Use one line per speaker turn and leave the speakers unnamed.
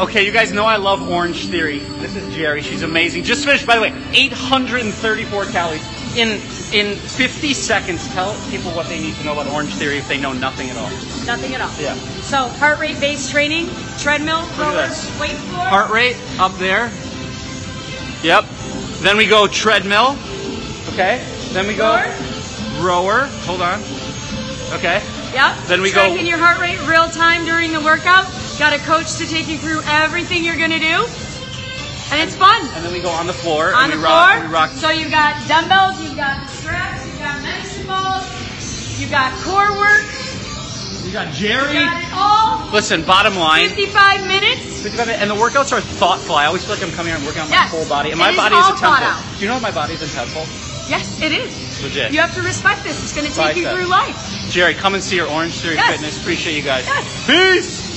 Okay, you guys know I love Orange Theory. This is Jerry. She's amazing. Just finished, by the way, 834 calories in in 50 seconds. Tell people what they need to know about Orange Theory if they know nothing at all.
Nothing at all.
Yeah.
So heart rate based training, treadmill,
at
rollers,
this.
weight floor.
Heart rate up there. Yep. Then we go treadmill. Okay. Then we go rower.
Rower.
Hold on. Okay.
Yep.
Then we go-
Tracking your heart rate real time during the workout. Got a coach to take you through everything you're gonna do, and it's fun.
And then we go on the floor
on
and
the
we rock
floor.
we rock
So you've got dumbbells, you've got straps, you've got medicine balls, you've got core work.
You got
You
Jerry.
got it all.
Listen, bottom line.
55 minutes.
Think about it, And the workouts are thoughtful. I always feel like I'm coming out and working on my
Yes.
whole body. And
It
my
is
body is
all
a
thought
temple.
out.
Do you know what my body is a temple?
Yes, it is.
Legit.
You have to respect this. It's going to take you
Bicep.
through life.
Jerry, come and see your Orange Theory
Yes.
Fitness. Appreciate you guys.
Yes.
Peace!